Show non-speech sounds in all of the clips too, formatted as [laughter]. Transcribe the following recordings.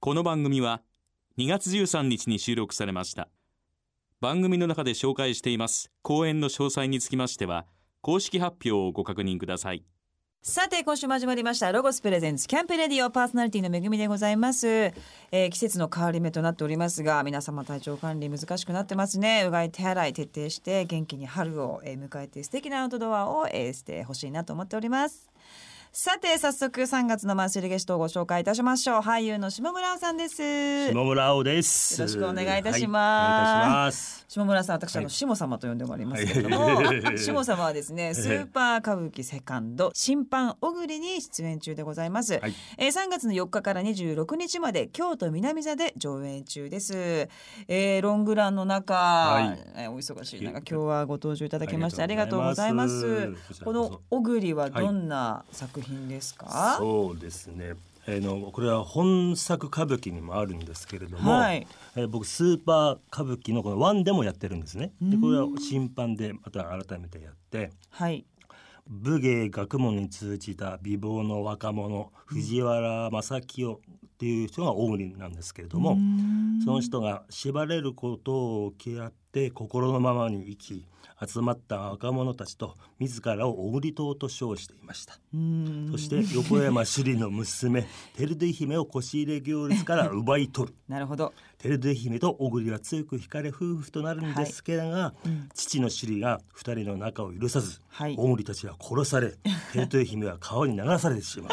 この番組は2月13日に収録されました番組の中で紹介しています講演の詳細につきましては公式発表をご確認くださいさて今週も始まりましたロゴスプレゼンツキャンプレディオパーソナリティの恵みでございます、えー、季節の変わり目となっておりますが皆様体調管理難しくなってますねうがい手洗い徹底して元気に春をえー迎えて素敵なアウトドアをえーしてほしいなと思っておりますさて早速3月のマンスリーゲストをご紹介いたしましょう俳優の下村さんです下村青です。よろしくお願いいたしますはいお願いいたします。下村さん私、あの下様と呼んでもらいますけれども下様は [laughs] ですねスーパー歌舞伎セカンド審判小栗に出演中でございます、はいえー3月の4日から26日まで京都南座で上演中です、えーロングランの中、はいえーお忙しい中今日はご登場いただきましてあありりががととううごござざいいまますすここちらこのそ小栗はどんな作品ですか、そうですね。えーのこれは本作歌舞伎にもあるんですけれども、はいえー僕スーパー歌舞伎のこのワンでもやってるんですね。でこれは審判でまた改めてやって。はい武芸学問に通じた美貌の若者藤原正清っていう人が大栗なんですけれども、その人が縛れることを受け合って心のままに生き集まった若者たちと自らを小栗党と称していましたうんそして横山首里の娘テルデ姫を腰入れ行列から奪い取るなるほどテルデ姫と小栗は強く惹かれ夫婦となるんですけれどが、父の首里が二人の仲を許さず、はい小栗たちは殺 [laughs] されテルデ姫は川に流されてしまう。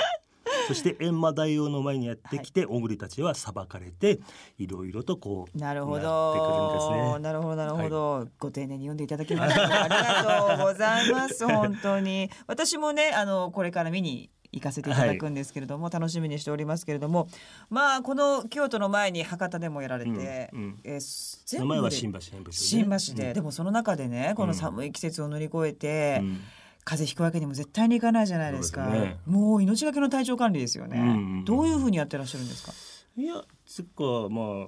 そして閻魔大王の前にやってきて、小栗たちは裁かれていろいろとこうなるほってくるんど。ですね。なるほど、なるほど、ご丁寧に読んでいただきました。ありがとうございます。本当に。私もね、あの、これから見に。行かせていただくんですけれども、楽しみにしておりますけれども、まあこの京都の前に博多でもやられて、うんうんえー全名部で前は新橋演舞新橋で、でもその中でねこの寒い季節を乗り越えて、うん風邪ひくわけにも絶対にいかないじゃないですかそうですねもう命がけの体調管理ですよね、うんうんうんどういうふうにやってらっしゃるんですかいやつっかまあ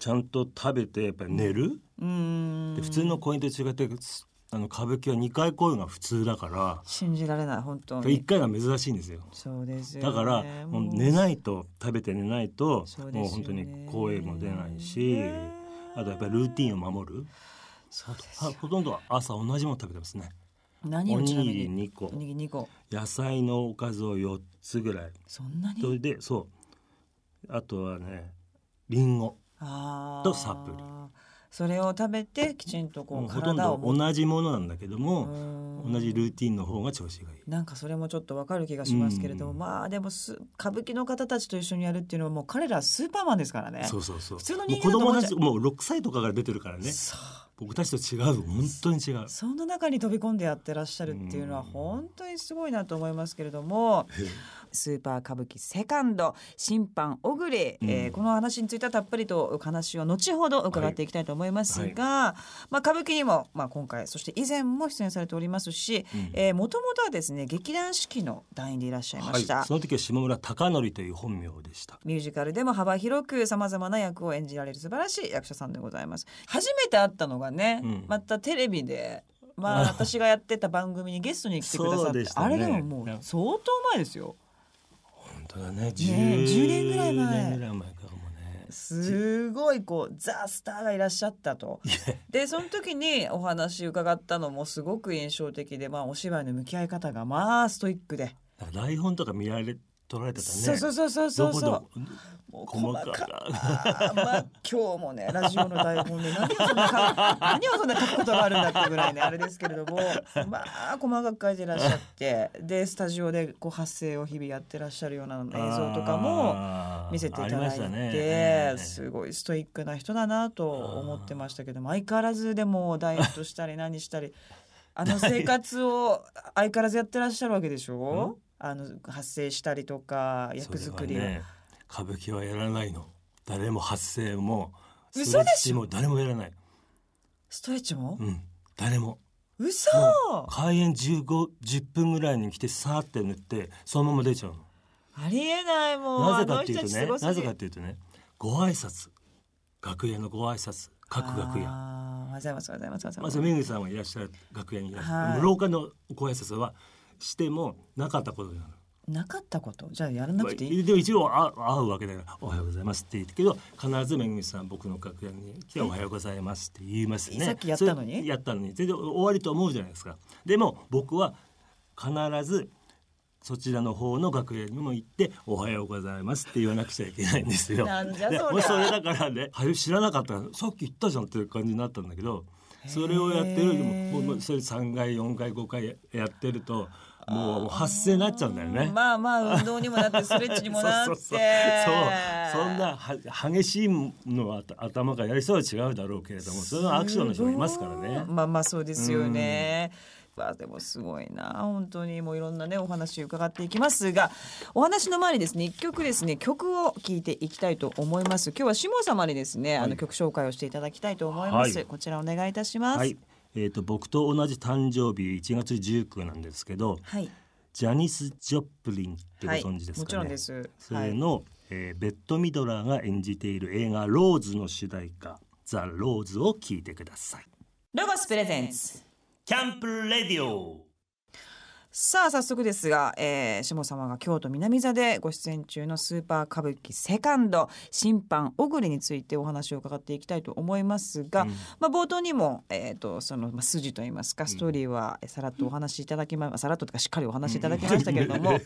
ちゃんと食べてやっぱり寝る、うーんで普通の公演と違ってあの歌舞伎は二回公演が普通だか信じられない本当ら一に回が珍しいんですよ。そうですよ、ね、だからもう寝ないと食べて寝ないとそうですよねもう本当に声も出ないしあとやっぱりルーティンを守るそうですはよほとんど朝同じもの食べてますね何おをちなにみぎりに2個おにぎり2個野菜のおかずを4つぐらいそんなそにれでそうあとはねりんごあーとサプリそれを食べてきちんとこもううほとん体をども同じものなんだけども同同じルーティンの方が調子がいいなんかそれもちょっとわかる気がしますけれども、うんまあでもす歌舞伎の方たちと一緒にやるっていうのはもう彼らはスーパーマンですからねそうそうそう普通のも人間う子だと供思っちたゃちうもう6歳とかから出てるからねそう僕たちと違う本当に違うその中に飛び込んでやってらっしゃるっていうのは本当にすごいなと思いますけれども、スーパー歌舞伎セカンド審判小栗、えーこの話についてはたっぷりとお話を後ほど伺っていきたいと思いますが、まあ、歌舞伎にも、まあ、今回そして以前も出演されておりますしうんもともとはですね劇団四季の団員でいらっしゃいました。はい、その時は下村貴教という本名でした。ミュージカルでも幅広くさまざまな役を演じられる素晴らしい役者さんでございます。初めて会ったのがね、うんまたテレビで。 [laughs] まあ、私がやってた番組にゲストに来てくださっそうて、でしたねあれでももう相当前ですよ。本当だね。 10年ぐらい前10年ぐらい前かもね。すごいこうザ・スターがいらっしゃったと。でその時にお話伺ったのもすごく印象的で、まあ、お芝居の向き合い方がまあストイックで。なんか台本とか見られ取られてたね。そうそうそうそうそうそうどこどこもう細か細かいいあーまあ今日もねラジオの台本で何をそんなか何をそんな書くことがあるんだってぐらいねあれですけれどもまあ細かく書いてらっしゃってでスタジオでこう発声を日々やってらっしゃるような映像とかもも見せていただいて、すごいストイックな人だなと思ってましたけども相変わらずでもダイエットしたり何したりあの生活を相変わらずやってらっしゃるわけでしょあの発声したりとか役作りを。それはね歌舞伎はやらないの。誰も発声も嘘でしょストレッチも誰もやらない。ストレッチも、うん。誰も。嘘もう開演15、10分ぐらいに来てさーって塗ってそのまま出ちゃうの。ありえないもうなぜかっていうとね、なぜかっっていうとね、ご挨拶、楽屋のご挨拶、各楽屋。あーございますございますございままずすめぐみさんはいらっしゃる楽屋にいらっしゃる、はい廊下のご挨拶はしてもなかったことになる。なかったことじゃあやらなくていい、まあでも一応あ会うわけだから「おはようございます」って言うけど必ずめぐみさん僕の楽屋に来て「おはようございます」って言いますね。さっきやったのにそれやったのに全然終わりと思うじゃないですか。でも僕は必ずそちらの方の楽屋にも行って「おはようございます」って言わなくちゃいけないんですよ。なんじゃそりゃでもうそれだからね「はよ知らなかったさっき言ったじゃん」っていう感じになったんだけどそれをやってるでももうそれ3回4回5回やってるともう発声になっちゃうんだよね。まあまあ運動にもなってストレッチにもなってそうそうそうそうそんなは激しいのは頭頭がやりそうは違うだろうけれどもそれはアクションの人もいますからね。まあまあそうですよね。まあでもすごいな本当にもういろんなねお話伺っていきますがお話の前にですね一曲ですね曲を聞いていきたいと思います今日は下様にですね、あの曲紹介をしていただきたいと思います、はいこちらお願いいたしますはい、えー、と僕と同じ誕生日1月19なんですけどはいジャニス・ジョプリンってごはい存知ですもちかろんね。ですそれの、えーベッド・ミドラーが演じている映画「ローズ」の主題歌「ザ・ローズ」を聴いてください。ロゴスプレゼンツキャンプレディオさあ早速ですが、えー、下様が京都南座でご出演中のスーパー歌舞伎セカンド審判小栗についてお話を伺っていきたいと思いますが、まあ、冒頭にも、えー、とその、まあ、筋といいますかストーリーはえーさらっとお話しいただきま、さらっとというかしっかりお話しいただきましたけれど [laughs] も、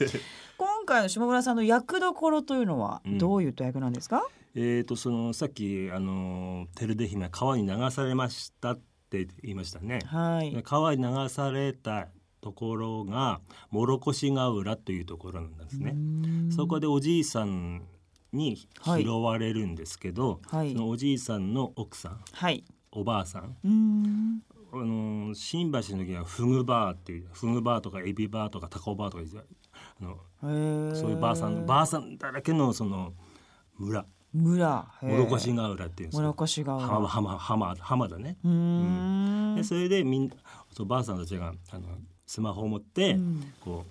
今回の下村さんの役どころというのはどういった役なんですか、えー、とそのさっきあのテルデ姫は川に流されましたって言いましたね。はい川に流されたところが諸越ヶ浦というところなんですね。そこでおじいさんにはい拾われるんですけど、はいそのおじいさんの奥さんはいおばあさん、うーんあのー新橋の時はフグバーっていうフグバーとかエビバーとかタコバーとかいうあのへーそういうばあさんのばあさんだらけのその村村諸越がヶ浦っていうんです村よ越が浜浜浜浜だね。うーんでそれでみんそうばあさんたちがあのスマホを持って、こ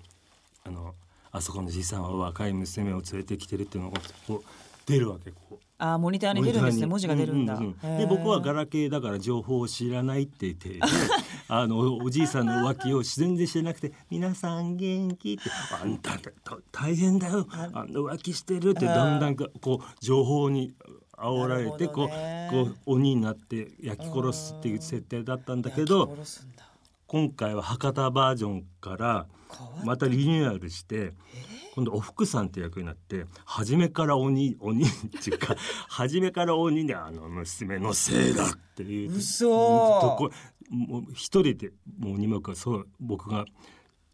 うあのあそこのじいさんは若い娘を連れてきてるっていうのがこう出るわけこう。あーモニターに出るんですね文字が出るんだ、うううへでー僕はガラケーだから情報を知らないって言って、 [laughs] あのおおじいさんの浮気を自然で知らなくて「皆さん元気」って「あんたた大変だよあの浮気してる」ってだんだんこう情報に煽られてなるほどこうねこう鬼になって焼き殺すっていう設定だったんだけど殺すんだ今回は博多バージョンから変わまたリニューアルして今度おふくさんって役になって初めから鬼鬼っていうか [laughs] 初めから鬼であの娘のせいだっていう嘘とこもう一人でもうにもかそう僕が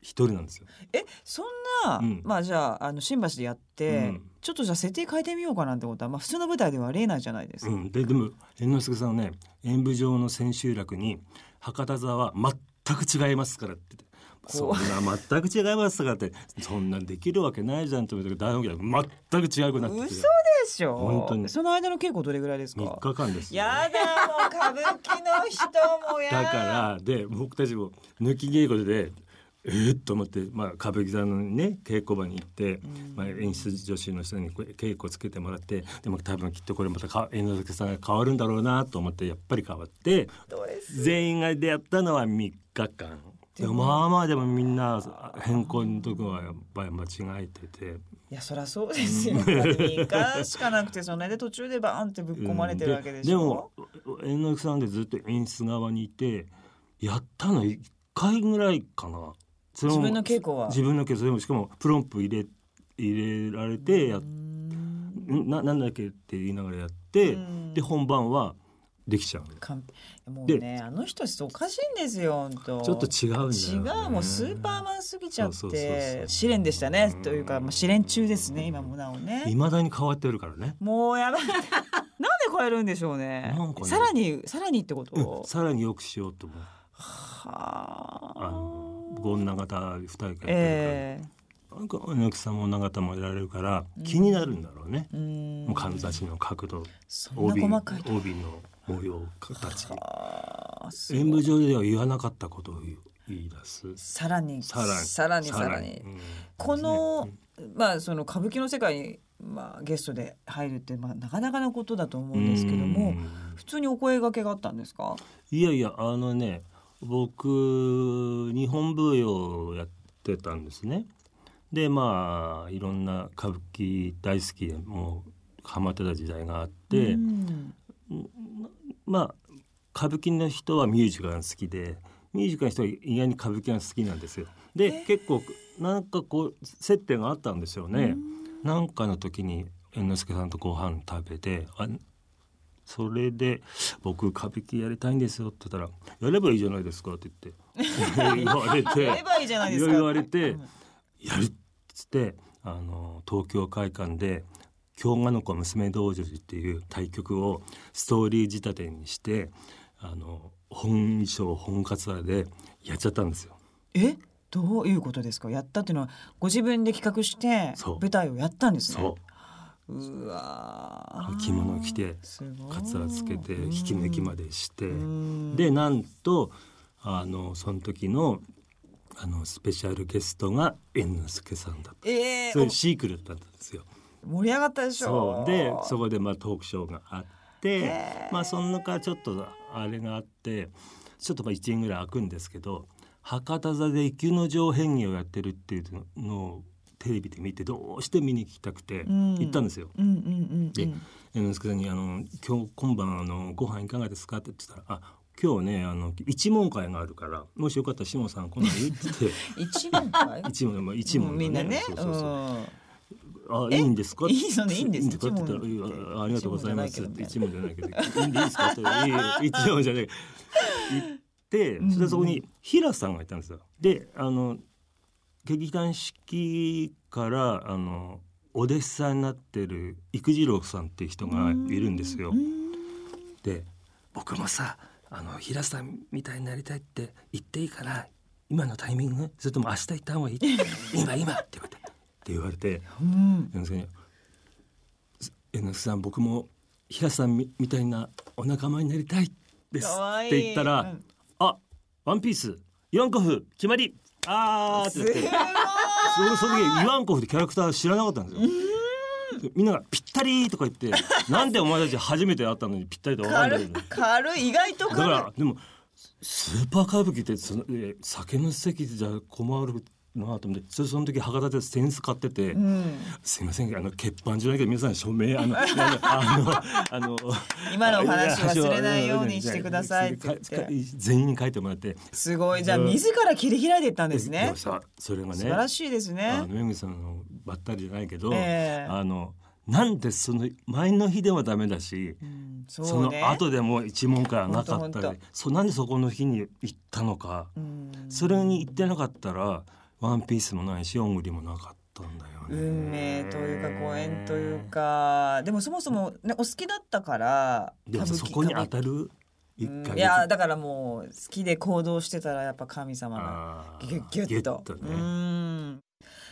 一人なんですよ。えそんな、うんまあじゃああの新橋でやって、うんちょっとじゃあ設定変えてみようかなんてことは、まあ、普通の舞台ではありえないじゃないですうか、ん、ででも猿之助さんはね演舞場の千秋楽に「博多座は全く違いますから」って言って。そん怖いな全く違いますからってそんなんできるわけないじゃんって思ったけど大本家で全く違うくなってて嘘でしょ本当にその間の稽古どれぐらいです3か日間ですよやだもう歌舞伎の人もやだからで僕たちも抜き稽古でえーっと思って、まあ、歌舞伎座のね稽古場に行って、まあ、演出助手の人にこう稽古つけてもらってでも多分きっとこれまたか猿之助さんが変わるんだろうなと思ってやっぱり変わってドレス全員が出会ったのは3日間。でもまあまあでもみんな変更のとこはやっぱり間違えてていやそりゃそうですよ3日しかなくてその間途中でバーンってぶっ込まれてるわけでしょ、うんででも猿之助さんってずっと演出側にいてやったの1回ぐらいかなそれも自分の稽古は自分の稽古それもしかもプロンプ入れ入れられてやっななんだっけって言いながらやってで本番はできちゃうの完璧もうねあの人おかしいんですよ本当ちょっと違うんだ違よ、うね、もうスーパーマンすぎちゃっそうそうそうそてう試練でしたねというかまあ試練中ですね今もなおねいまだに変わってるからねもうやばい [laughs] なんで超えるんでしょうねなんかねさらにさらにってことさらによくしようと思うはああの女方二人がやってるから、ええなんか猿之助さんも女方もやられるから気になるんだろうね、うーんもう金指の角度そんな帯細かいと帯の模様形あすごい演舞場では言わなかったことを言う言い出すさらにさらにさらにさらにうんこの、まあその歌舞伎の世界にまあゲストで入るってまあなかなかのことだと思うんですけどうもん普通にお声掛けがあったんですか。いやいやあのね僕日本舞踊をやってたんですねでまあいろんな歌舞伎大好きでもうハマってた時代があって、うんまあ歌舞伎の人はミュージカルが好きでミュージカルの人は意外に歌舞伎が好きなんですよ。で、結構なんかこう接点があったんですよね。なんかの時に猿之助さんとご飯食べてあそれで「僕歌舞伎やりたいんですよ」って言ったら「やればいいじゃないですか」って言って言われやれてばいいじゃないいですろか。いろ言われてうん「やる」っつってあの東京会館で「京賀の子娘道成寺」っていう対局をストーリー仕立てにしてあの本衣装本カツラでやっちゃったんですよ。えどういうことですかやったっていうのはご自分で企画してそう舞台をやったんですねそううわー着物着てすごいカツラつけて引き抜きまでして。うんでなんとあのその時のあのスペシャルゲストが猿之助さんだったえそういうー、シークレットだったんですよ。お盛り上がったでしそょうでそこでまあトークショーがあってへーまあその中ちょっとあれがあってちょっとまあ1年ぐらい空くんですけど博多座で生野城変化をやってるっていうのをテレビで見てどうして見に行きたくてうん行ったんですよ。うんうんうんうでん猿之助さんにあの「今日今晩あのご飯いかがですか?」って言ってたら「あ今日ねあの一問会があるからもしよかったら志さん来ない?」って言って一問かい一問まあ一問、ね、みんなねそうそうそううんあいいんですかいいのねいいんですかって言ったら一問いやありがとうございます」って一一問じゃないけど「いいんでいいですか?」って言ったらいや [laughs] いや一問じゃない」行ってそれでそこに平さんがいたんですよ。であの劇団四季からあのお弟子さんになってる育次郎さんっていう人がいるんですよ。で僕もさあの平さんみたいになりたいって言っていいかな今のタイミングそれとも明日行った方がいい今今って言われてって言われて。うん猿之助に「猿之助さん僕も平さんみみたいなお仲間になりたいです」かわっいいて言ったら「うんあワンピースイワンコフ決まり!」あーって言って俺その時イワンコフってキャラクター知らなかったんですよ。でみんなが「ぴったり!」とか言って「なんでお前たち初めて会ったのにぴったりと分かんな軽いいんだけ軽い意外とど」だか軽いらでもスーパー歌舞伎ってそのえー酒の席じゃ困るなと思ってそれその時博多でセンス買ってて。うんすみませんあの欠番じゃないけど皆さん署名 [laughs] あのあのあの今のお話忘れないようにしてくださいって言って全員に書いてもらってすごいじゃあ自ら切り開いていったんですでねもさそれがね素晴らしいですあのねめぐみさんのばったりじゃないけど、ええあのなんでその前の日ではダメだし、うんそそうねの後でも一問からなかほっんたとりほんとそうなんでそこの日に行ったのか、うんそれに行ってなかったらワンピースもないしオングリもなかったんだよね。運命というかご縁というかでもそもそも、ね、お好きだったからでも歌舞さ伎そこに当歌たる一舞伎ヶ月うんいやだからもう好きで行動してたらやっぱ神様があーギュッギュッとギュッとうねん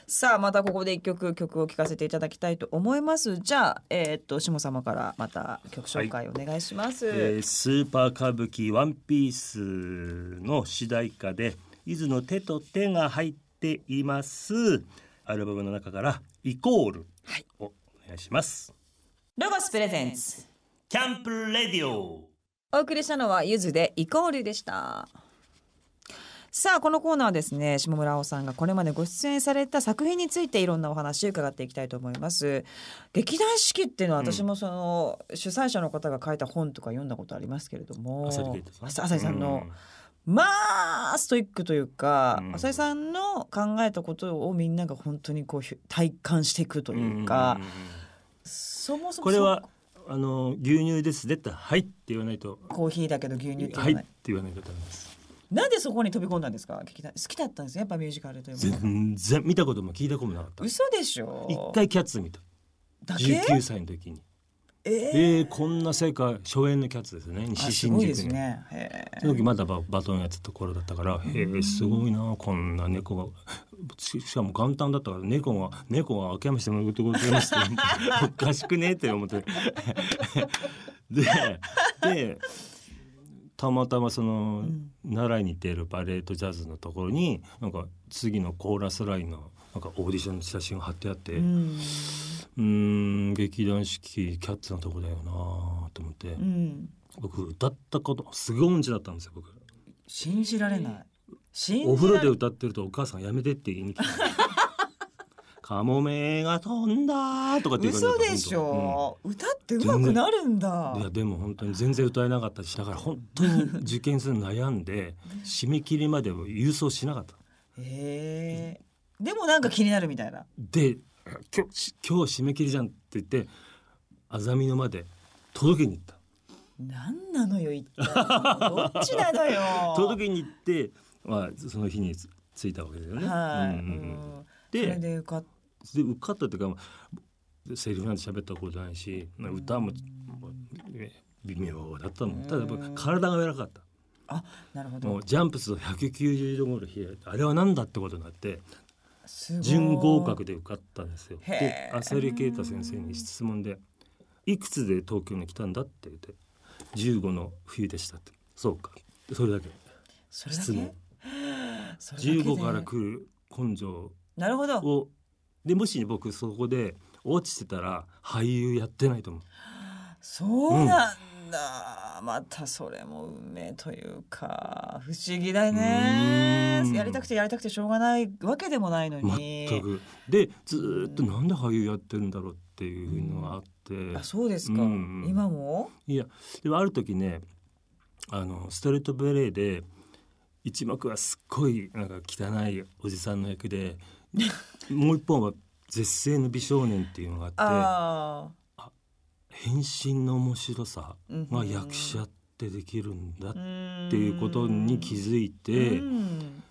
さあまたここで一曲曲を聴かせていただきたいと思いますじゃあえーっと下様からまた曲紹介お願いします、えースーパー歌舞伎「ワンピースの主題歌で「伊豆の手と手が入っていますアルバムの中から「イコール」をお願いします。ロゴスプレゼンツキャンプレディオお送りしたのはゆずでイコールでした。さあこのコーナーはですね下村青さんがこれまでご出演された作品についていろんなお話伺っていきたいと思います劇団四季っていうのは私もその、主催者の方が書いた本とか読んだことありますけれども浅利圭太さん浅浅利さんの、まあストイックというか、うん浅井さんの考えたことをみんなが本当にこうひ体感していくとうんいうか、うんうんうんそもそもこれはあの牛乳ですねって「はい」って言わないとコーヒーだけど牛乳って言「わは」ないい、って言わないとダメです。なんでそこに飛び込んだんですか劇団好きだったんですねやっぱミュージカルというものが全然見たことも聞いたこともなかった。嘘でしょ一回キャッツ見た。だけ19歳の時に。えーえー、こんな世界初演のキャッツですねあ西す新ごい宿ですに、ねへその時まだババトンやってた頃だったからへえすごいなこんな猫がししかも元旦だったから猫が猫が秋山してもらうとこございますっておかしくねって思ってででたまたまその、ん奈良に行っているバレエとジャズのところになんか次のコーラスラインのなんかオーディションの写真が貼ってあって、えうんうーん劇団四季キャッツのとこだよなと思って、うん僕歌ったことすごい音痴だったんですよ僕信じられない信じられ [laughs] お風呂で歌ってるとお母さんやめてって言いに来たカモメが飛んだとかっていう感じだ嘘ったでし本当うんょ、歌って上手くなるんだいやでも本当に全然歌えなかったしだから本当に受験するの悩んで締め切りまで郵送しなかったへえでもなんか気になるみたいなで今日し今日締め切りじゃんって言ってあざみ野まで届けに行ったなんなのよ一体どっちなのよ [laughs] 届けに行って、まあ、その日につ着いたわけだよね。はい、うんうんうんうんそれでで受かっで受かったっていうかセリフなんて喋ったことないしまあ歌ももうね微妙だったもんただやっぱ体が柔らかかった。あなるほもどうジャンプすると190度ぐらい冷えてあれはなんだってことになってすごい準合格で受かったんですよ。でへー浅利啓太先生に質問で「いくつで東京に来たんだ?」って言って「15の冬でした」って「そうか」それだけそれだ質問け。 [laughs] それだけで15から来る根性なるほどをでもし僕そこで落ちてたら俳優やってないと思うそうなんだ、またそれも運命というか不思議だねうーんやりたくてやりたくてしょうがないわけでもないのに全くでずーっとなんで俳優やってるんだろうっていうのがあって、あそうですか、うん今もいやでもある時ねあのストレートベレーで一幕はすっごいなんか汚いおじさんの役でもう一本は絶世の美少年っていうのがあってああ変身の面白さうんが役者ってできるんだっっていうことに気づいてうん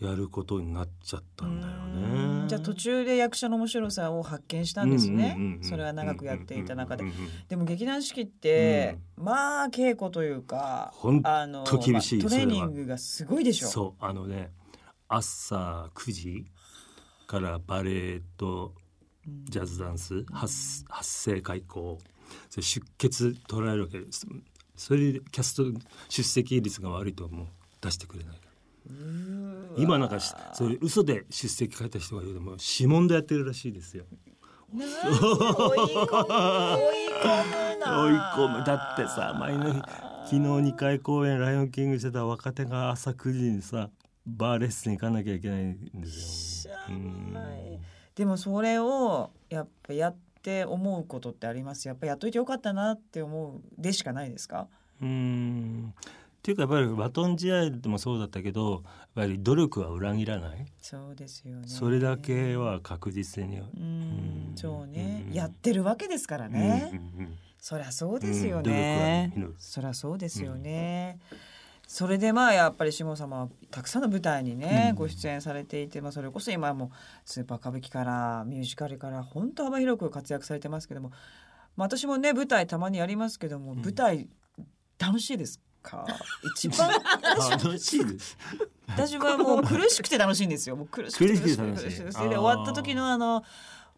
やることになっちゃったんだようね。んじゃあ途中で役者の面白さを発見したんですね、うんうんうんうんそれは長くやっていた中で、うんうんうんうんでも劇団四季って、まあ稽古というかほんとあの厳しいまあトそれレーはニングがすごいでしょそうあのね朝9時からバレエとうんジャズダンス発発声開口それ出血取られるわけですそれでキャスト出席率が悪いともう出してくれないかうらーわ今なんかしそれ嘘で出席書いた人がいるでもう指紋でやってるらしいですよなんで [laughs] 追い込む追い込むな追い込むだってさ前の日昨日2回公演「ライオンキング」してた若手が朝9時にさバーレッスン行かなきゃいけないんですよ。うんでもそれをやっぱやって思うことってありますやっぱやっといてよかったなって思うでしかないですかうーんっていうかやっぱりバトン試合でもそうだったけどやっぱり努力は裏切らない、そうですよねそれだけは確実に、ううんんそうねうんやってるわけですからね、うんうんうんそりゃそうですようん努力はねね、実るそりゃそうですよね、それでまあやっぱり下様はたくさんの舞台にね、うんご出演されていて、まあ、それこそ今はもうスーパー歌舞伎からミュージカルから本当幅広く活躍されてますけども、まあ、私もね舞台たまにやりますけども、舞台楽しいですか [laughs] 一番楽しいです私はもう苦しくて楽しいんですよもう苦しくて苦苦しくしてくて楽苦しいしくてあーで終わった時のあの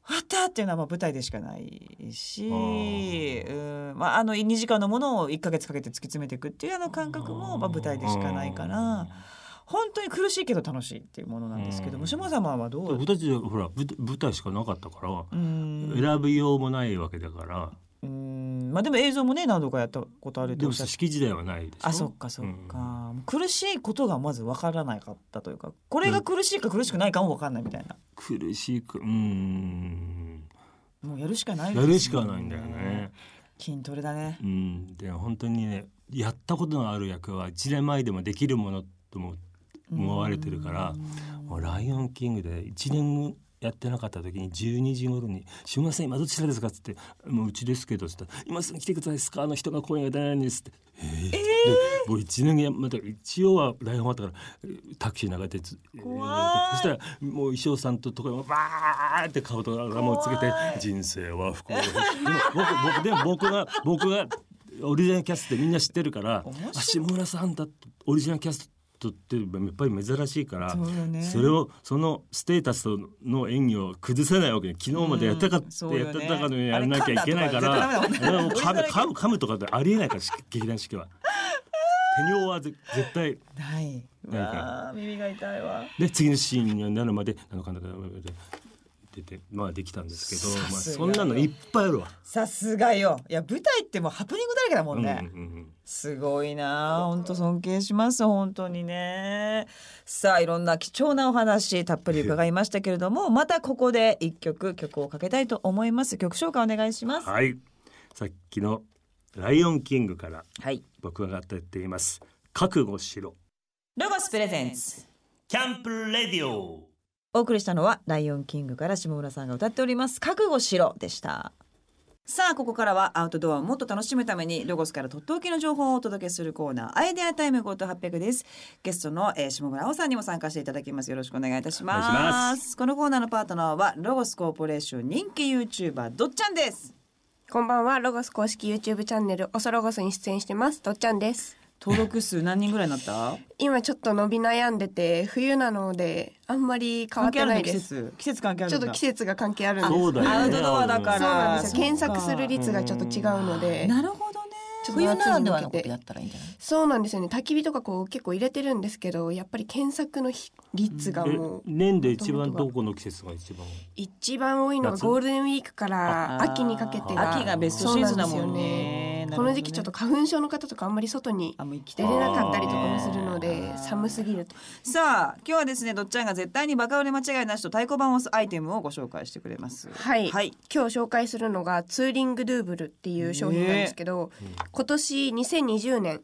終わったっていうのはまあ舞台でしかないし、あーうんまあ、あの2時間のものを1か月かけて突き詰めていくっていうあの感覚もまあ舞台でしかないから本当に苦しいけど楽しいっていうものなんですけどうもん下様はどうんう僕たちほら舞舞台しかなかったからうん選びようもないわけだから、うんまあでも映像もね何度かやったことあるでとおもっしゃって式時代はないでしょあそっかそっか、もう苦しいことがまず分からなかったというかこれが苦しいか苦しくないかも分かんないみたいなうん苦しいくうんもうやるしかないですやるしかないんだよね、筋トレだねうん、で本当にねやったことのある役は1年前でもできるものとも思われてるからもうライオンキングで1年やってなかった時に12時頃に「すみません今どちらですか?」っつって「もううちですけど」っつって「今すぐ来てくださいスカーの人が声が出ないんです」って「えーでもう1年やまた一応はライオン終わったからえータクシー流れてつ怖いそしたらもう衣装さんととかもバーって顔とかもつけて「人生は不幸」でも僕僕でも僕が僕がオリジナルキャストってみんな知ってるから面白いあ下村さんだとオリジナルキャストってやっぱり珍しいから。そうよねそれをそのステータスの演技を崩さないわけに昨日までやったかっうんて、そうよやっねたかのようにやらなきゃいけないからあれ噛んだとか絶対ダメだもんねそれはもう噛む噛む噛むとかってありえないからし劇団 [laughs] 四季は手尿はぜ絶対ないないからわあ耳が痛いわで次のシーンになるまでなのかなかなかってて、まあできたんですけど、さまあすがそんなのいっぱいあるわ。さすがよいや舞台ってもうハプニングだらけだもんね、うんうんうんすごいなあ本当尊敬します本当にねさあいろんな貴重なお話たっぷり伺いましたけれどもまたここで一曲曲をかけたいと思います曲紹介お願いしますははい。さっきのライオンキングからい僕が歌っています。覚悟しろ。ロゴスプレゼンツキャンプレディオお送りしたのはライオンキングから下村さんが歌っております覚悟しろでしたさあここからはアウトドアをもっと楽しむためにロゴスからとっておきの情報をお届けするコーナーアイデアタイムゴート800ですゲストの、えー下村青さんにも参加していただきますよろしくお願いいたしますお願いしまこのコーナーのパートナーはロゴスコーポレーション人気 YouTuber どっちゃんですこんばんはロゴス公式 YouTube チャンネルおそロゴスに出演してますどっちゃんです登録数何人ぐらいになった今ちょっと伸び悩んでて冬なのであんまり変わってないで関係あるの季す節季節関係あちょるっんだと季節が関係あるんですそうだよね。アウトドアだからそうなんですそようか検索する率がちょっと違うのでなるほどねちょっと冬な夏らにでは向のけことやてったらいいんじゃないそうなんですよね焚き火とかこう結構入れてるんですけどやっぱり検索のひ率がえもう年で一番どこの季節が一番一番多いのが夏ゴールデンウィークから秋にかけてが秋がベストシーズンだもんねこの時期ちょっと花粉症の方とかあんまり外にあもう生きて出るれなかったりとかもするのであー寒すぎるとさあ今日はですねどっちゃんが絶対にバカ売れ間違いなしと太鼓判を押すアイテムをご紹介してくれますはい、はい今日紹介するのがツーリングドゥーブルっていう商品なんですけど、今年2020年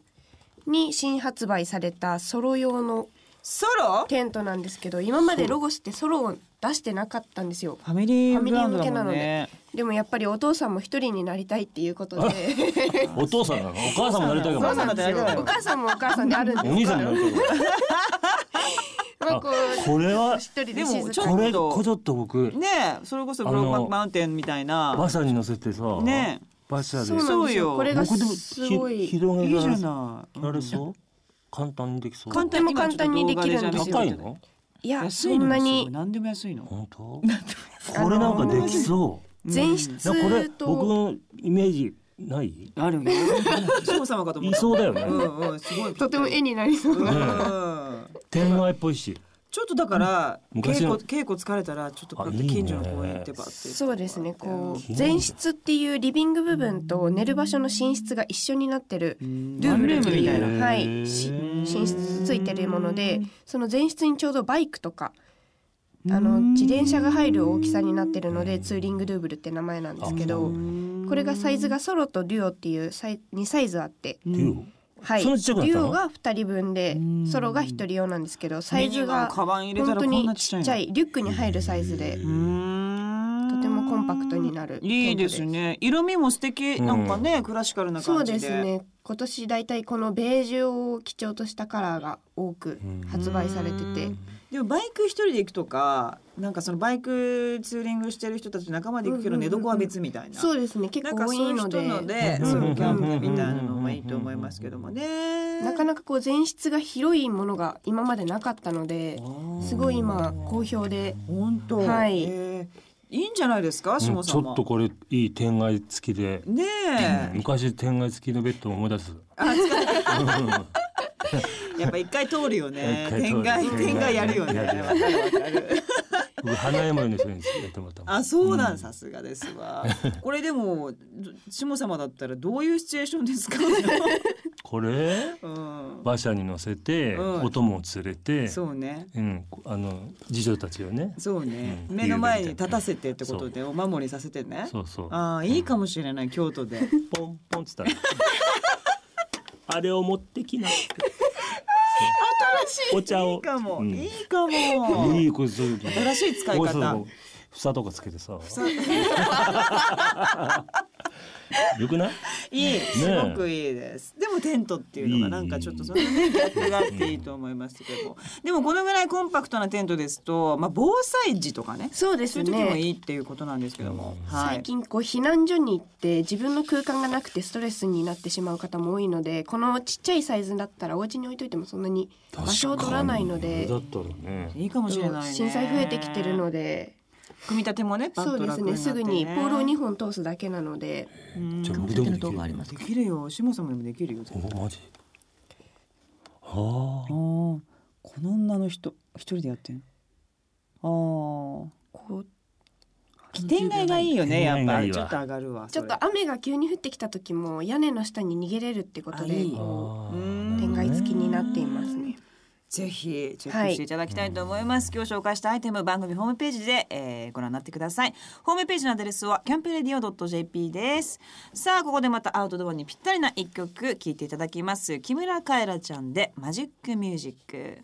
に新発売されたソロ用のソロテントなんですけど今までロゴスってソロを出してなかったんですよファミリーファミブリラーンド向だけもなんのねででもやっぱりお父さんも一人になりたいっていうことでお父さんなのお母さんもなりたいかおも母さんだってあれだよ [laughs] お母さんもお母さんであるんですけおど兄さんになりたいかもまあこうこれは一人ででも静ちょかっにとこれこれちょっと僕ねえそれこそブロックバックマウンテンみたいな馬車に乗せてさね馬車そでうなんですそうよよこれが僕でもすひごいえ広いげいらじれゃそない、うられうんそう簡単にできそう簡単にとても簡単にできるんですよ高いのいや安そいのんなよすごにい何でも安いの本当これなんかできそう全いやこれ僕室とのイメージないあるよ志保様かと思っいたそうだようねんうんすごいとても絵になりそううなん天外っぽいしちょっとだから昔稽の古稽古疲れたらちょっとこうやってあいいね近所の公園行ってばってそうですねこ気うになる前室っていうリビング部分と寝る場所の寝室が一緒になってるルルームルルームみたいへな、ーはい、し寝室ついてるものでその前室にちょうどバイクとかあの自転車が入る大きさになってるのでツーリングドゥーブルって名前なんですけどこれがサイズがソロとデュオっていうサイ2サイズあっって。ていうはい、そんデなちっちゃくなったのュオが2人分でソロが1人用なんですけどサイズがカバン入れた本らこ当んになちちっっちちゃゃいいリュックに入るサイズでうーんとてもコンパクトになるいいですね色味も素敵なんかねクラシカルなそ感うじでですね今年だいたいこのベージュを基調としたカラーが多く発売されててでもバイク一人で行くとかなんかそのバイクツーリングしてる人たち仲間で行くけどうんうん寝うんうん床は別みたいなそうですね結なん構か多そういいうの人のででうんソロキャンプみたいなのもいいと思いますけどもねなかなかこう前室が広いものが今までなかったのですごい今好評で本当はいえーいいんじゃないですかう下んちょ様っとこれいい天外付きでねえ昔天外付きのベッドを思い出すやっぱ一回通るよね。 [laughs] 一回天通る外天外やるよね。やわるやかるわかる [laughs] 僕花山の人にやってもらったもんあ、そうなん、さすがですわ。これでも、ど下様だったら、どういうシチュエーションですか。 [laughs] これうん、馬車に乗せて、うんお供を連れてそうね。うん、あの次女たちをねそうね、うん目の前に立たせてってことで、お守りさせてね。そうそうああ、いいかもしれない、京都で。ポンポンっつったらあれを持ってきなって新しいお茶をいいかも、うんいいかも。いいこれそういう新しい使いこうそう方。房とかつけてさ [laughs] よくないいい、すごくいいです。でもテントっていうのがなんかちょっとそのねギャップがあっていいと思いますけど、でもこのぐらいコンパクトなテントですと、まあ防災時とかね、そうですそういう時もねいいっていうことなんですけども、は最い。近こう避難所に行って自分の空間がなくてストレスになってしまう方も多いのでこのちっちゃいサイズだったらお家に置いといてもそんなに場所を取らないのでだったらねいいかもしれないね。震災増えてきてるので、で組み立てもね、パそッうとです楽になっねてね。すぐにポールを2本通すだけなのでうん。じゃあでの僕でも手のでき動る画ありますきるよ、しもさんでもできるよ。絶対おマジああ、あこの女の人一人でやってんの。ああ。こう起点外がいいよね、起やっ点ぱ外り。ちがょっと上がるわ。ちょっとあ雨が急に降ってきた時も屋根の下に逃げれるってことあでいいこあうんうー点外付きになっていますね。ぜひチェックしていただきたいと思います、今日紹介したアイテム番組ホームページで、えーご覧になってくださいホームページのアドレスはキャンプレディオ .jp ですさあここでまたアウトドアにぴったりな一曲聴いていただきます木村カエラちゃんでマジックミュージック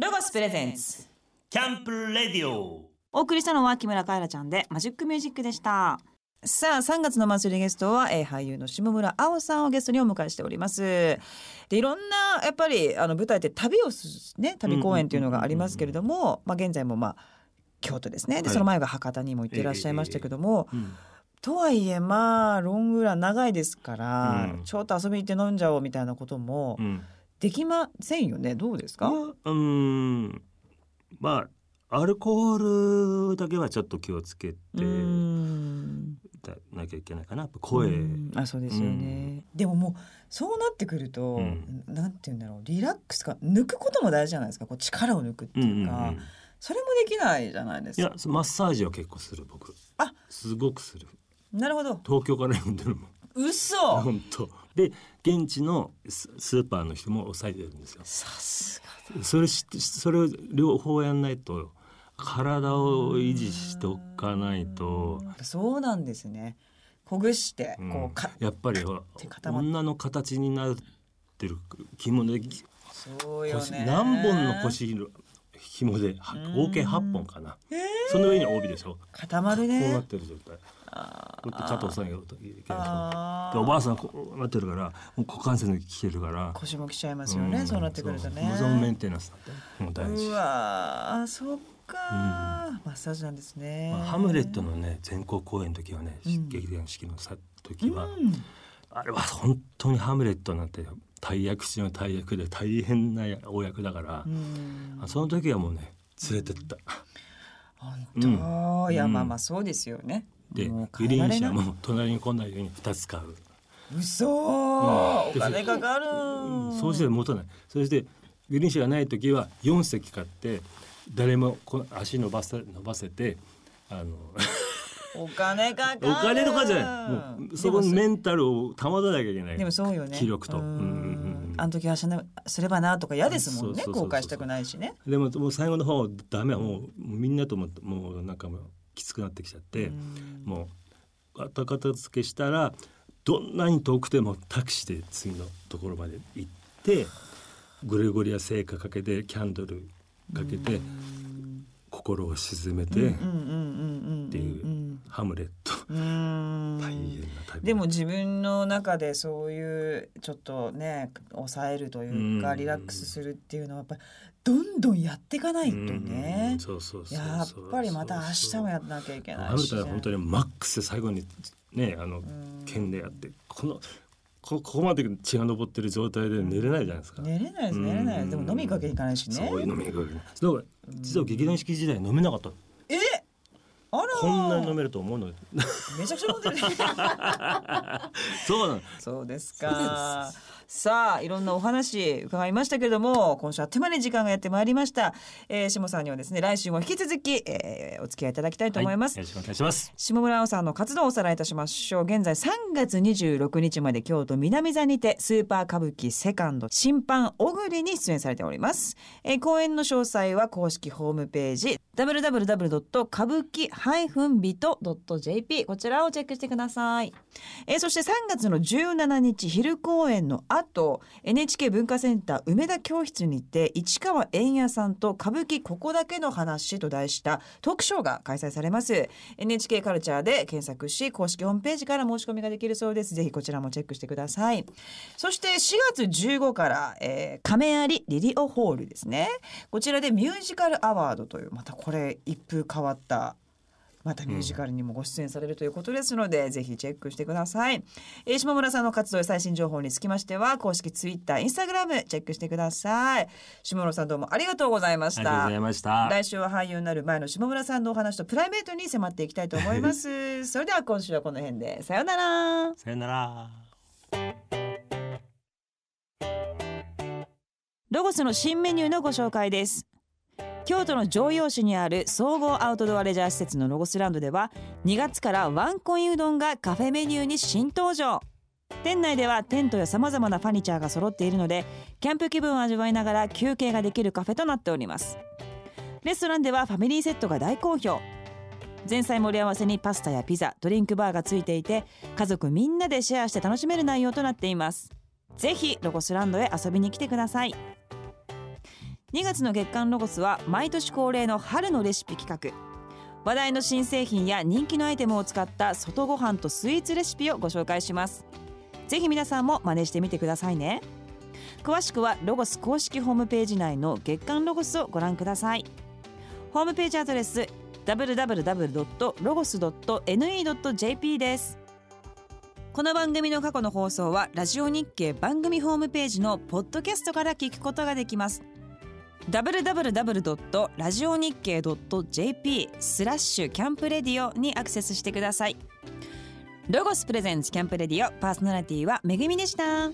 ロゴスプレゼンツキャンプレディオお送りしたのは木村カエラちゃんでマジックミュージックでしたさあ3月のマンスリーゲストは、えー俳優の下村青さんをゲストにお迎えしておりますでいろんなやっぱりあの舞台って旅をすね旅公演っていうのがありますけれども、まあ、現在もまあ京都ですねではいその前が博多にも行っていらっしゃいましたけども、うんとはいえまあロングラン長いですから、うんちょっと遊びに行って飲んじゃおうみたいなこともうんできませんよねどうですか、まあうーんまあアルコールだけはちょっと気をつけてうーんなきゃいけないかなやっぱ声うんあそうですよね、でももうそうなってくると、うんなんて言うんだろうリラックスか抜くことも大事じゃないですかこう力を抜くってうんうんいううか、んそれもできないじゃないでいすやかマッサージは結構する僕あすごくするなるほど東京から呼んでるもん嘘本当で現地のススーパーの人も抑えてるんですよさすがそれしそれを両方やんないと体を維持しておかないと、そうなんですねほぐしてうんこうか、やっぱりて固まっ女の形になってる紐でそうよ腰ね何本の腰の紐ではうん合計8本かな、えーその上に帯でしょ固まるこうなねってる状態あこうやって加藤さんがいるとあーおばあさんこうなってるからもう股関節に来てるから腰もきちゃいますよね、んそうなってくるとねそう保存メンテナンスなんてもう大事うわーそっかー、マッサージなんですね、まあ、ハムレットのね全国公演の時はね、うん劇団四季のさ時は、うんあれは本当にハムレットなんて大役中の大役で大変なお役だからう、んその時はもうね連れてった、本当、うんいやまあまあそうですよね。でもう変グえリーらンれ車ない。も隣に来ないように2つ買う、嘘、うんお金かかる。そうして持たないそしてグリーン車がない時は4席買って誰もこの足伸ばせ伸ばせて [laughs] あのお金かかる。お金とかじゃないもうそこのでもメンタルを保たなきゃいけないでもそうよね。気力とうんうんうんうんあの時はしなすればなとか嫌ですもんね。そうそうそうそ後う悔したくないしね。でももう最後の方ダメもうもうみんなとももうなんかもうきつくなってきちゃって、うんもう後片付けしたらどんなに遠くてもタクシーで次のところまで行ってグレゴリア聖火かけてキャンドルかけて心を沈めて、うんうんうんうんうん。っていううんハムレットうん大変なタイプでも自分の中でそういうちょっとね抑えるというかうんリラックスするっていうのはやっぱりどんどんやっていかないとうねんそうそうそうそうやっぱりまた明日もやっらなきゃいけなハいムレしットは本当にマックスで最後にねあのん剣でやってこのこここまで血が上ってる状態で寝れないじゃないですか。寝れないです寝れないですでも飲みかけに行かないしねそういう飲みがけね。だから実は劇団四季時代飲めなかった。えあらこんなに飲めると思うの。めちゃくちゃ飲ん [laughs] でるそうなの。 [laughs] そうですかさあいろんなお話伺いましたけれども今週あっという間に時間がやってまいりました、えー、下さんにはですね来週も引き続き、えーお付き合いいただきたいと思います、はよろしくお願いします。下村青さんの活動をおさらいいたしましょう現在3月26日まで京都南座にてスーパー歌舞伎セカンド審判小栗に出演されております、えー公演の詳細は公式ホームページ www. 歌舞伎 -bito.jp こちらをチェックしてください、えーそして3月の17日昼公演の後 NHK 文化センター梅田教室にて市川円也さんと歌舞伎ここだけの話と題したトークショーが開催されます NHK カルチャーで検索し公式ホームページから申し込みができるそうですぜひこちらもチェックしてくださいそして4月15から、えー、亀有リリオホールですねこちらでミュージカルアワードというまたこれ一風変わったまたミュージカルにもご出演されるということですので、ぜひチェックしてください、えー、下村さんの活動や最新情報につきましては公式ツイッターインスタグラムチェックしてください下村さんどうもありがとうございまあしりがとうたございました。来週は俳優になる前の下村さんのお話とプライベートに迫っていきたいと思いますそれでは今週はこの辺でさようならさよなら。ロゴスの新メニューのご紹介です京都の城陽市にある総合アウトドアレジャー施設のロゴスランドでは2月からワンコインうどんがカフェメニューに新登場店内ではテントやさまざまなファニチャーが揃っているのでキャンプ気分を味わいながら休憩ができるカフェとなっておりますレストランではファミリーセットが大好評前菜盛り合わせにパスタやピザドリンクバーがついていて家族みんなでシェアして楽しめる内容となっていますぜひロゴスランドへ遊びに来てください2月の月間ロゴスは毎年恒例の春のレシピ企画話題の新製品や人気のアイテムを使った外ご飯とスイーツレシピをご紹介しますぜひ皆さんも真似してみてくださいね詳しくはロゴス公式ホームページ内の月間ロゴスをご覧くださいホームページアドレス www.logos.ne.jp ですこの番組の過去の放送はラジオ日経番組ホームページのポッドキャストから聞くことができます www.radionickei.jp スラッシュキャンプレディオにアクセスしてくださいロゴスプレゼンツキャンプレディオパーソナリティはめぐみでした。